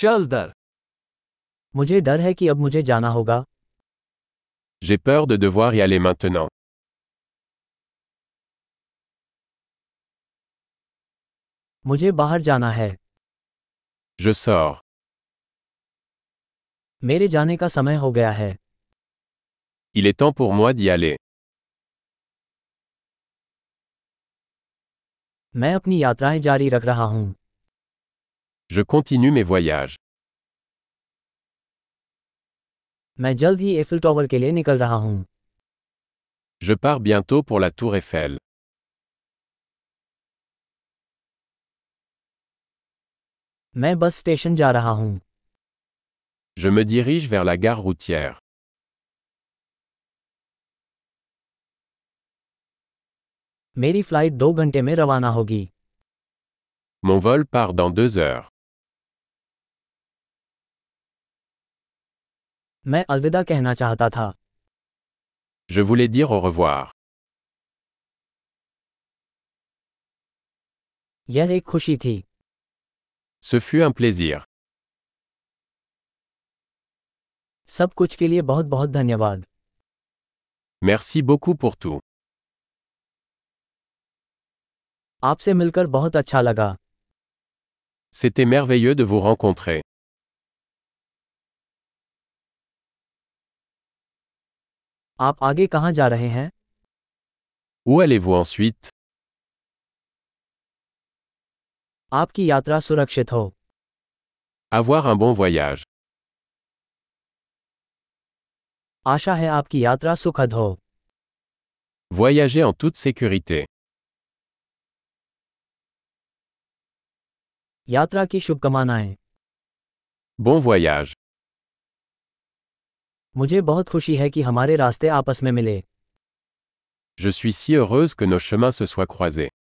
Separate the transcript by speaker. Speaker 1: चल दर
Speaker 2: मुझे डर है कि अब मुझे जाना होगा
Speaker 3: J'ai peur de devoir y aller maintenant.
Speaker 2: मुझे बाहर जाना है
Speaker 3: Je sors.
Speaker 2: मेरे जाने का समय हो गया है
Speaker 3: Il est temps pour moi d'y aller.
Speaker 2: मैं अपनी यात्राएं जारी रख रहा हूँ
Speaker 3: Je continue mes voyages.
Speaker 2: मैं जल्द ही एफिल टॉवर के लिए निकल रहा हूँ
Speaker 3: Je pars bientôt pour la Tour Eiffel.
Speaker 2: मैं बस स्टेशन जा रहा हूँ
Speaker 3: Je me dirige vers la gare routière.
Speaker 2: मेरी फ्लाइट दो घंटे में रवाना होगी
Speaker 3: Mon vol part dans deux heures.
Speaker 2: मैं अलविदा कहना चाहता था
Speaker 3: Je voulais dire au revoir.
Speaker 2: यह एक खुशी थी
Speaker 3: Ce fut un plaisir.
Speaker 2: सब कुछ के लिए बहुत बहुत धन्यवाद
Speaker 3: Merci beaucoup pour tout.
Speaker 2: आपसे मिलकर बहुत अच्छा लगा
Speaker 3: C'était merveilleux de vous rencontrer.
Speaker 2: आप आगे कहाँ जा रहे हैं
Speaker 3: Où allez-vous ensuite
Speaker 2: आपकी यात्रा सुरक्षित हो
Speaker 3: Avoir un bon voyage.
Speaker 2: आशा है आपकी यात्रा सुखद हो
Speaker 3: Voyager en toute sécurité.
Speaker 2: यात्रा की शुभकामनाएं
Speaker 3: Bon voyage.
Speaker 2: मुझे बहुत खुशी है कि हमारे रास्ते आपस में मिले
Speaker 3: Je suis si heureuse que nos chemins se soient croisés.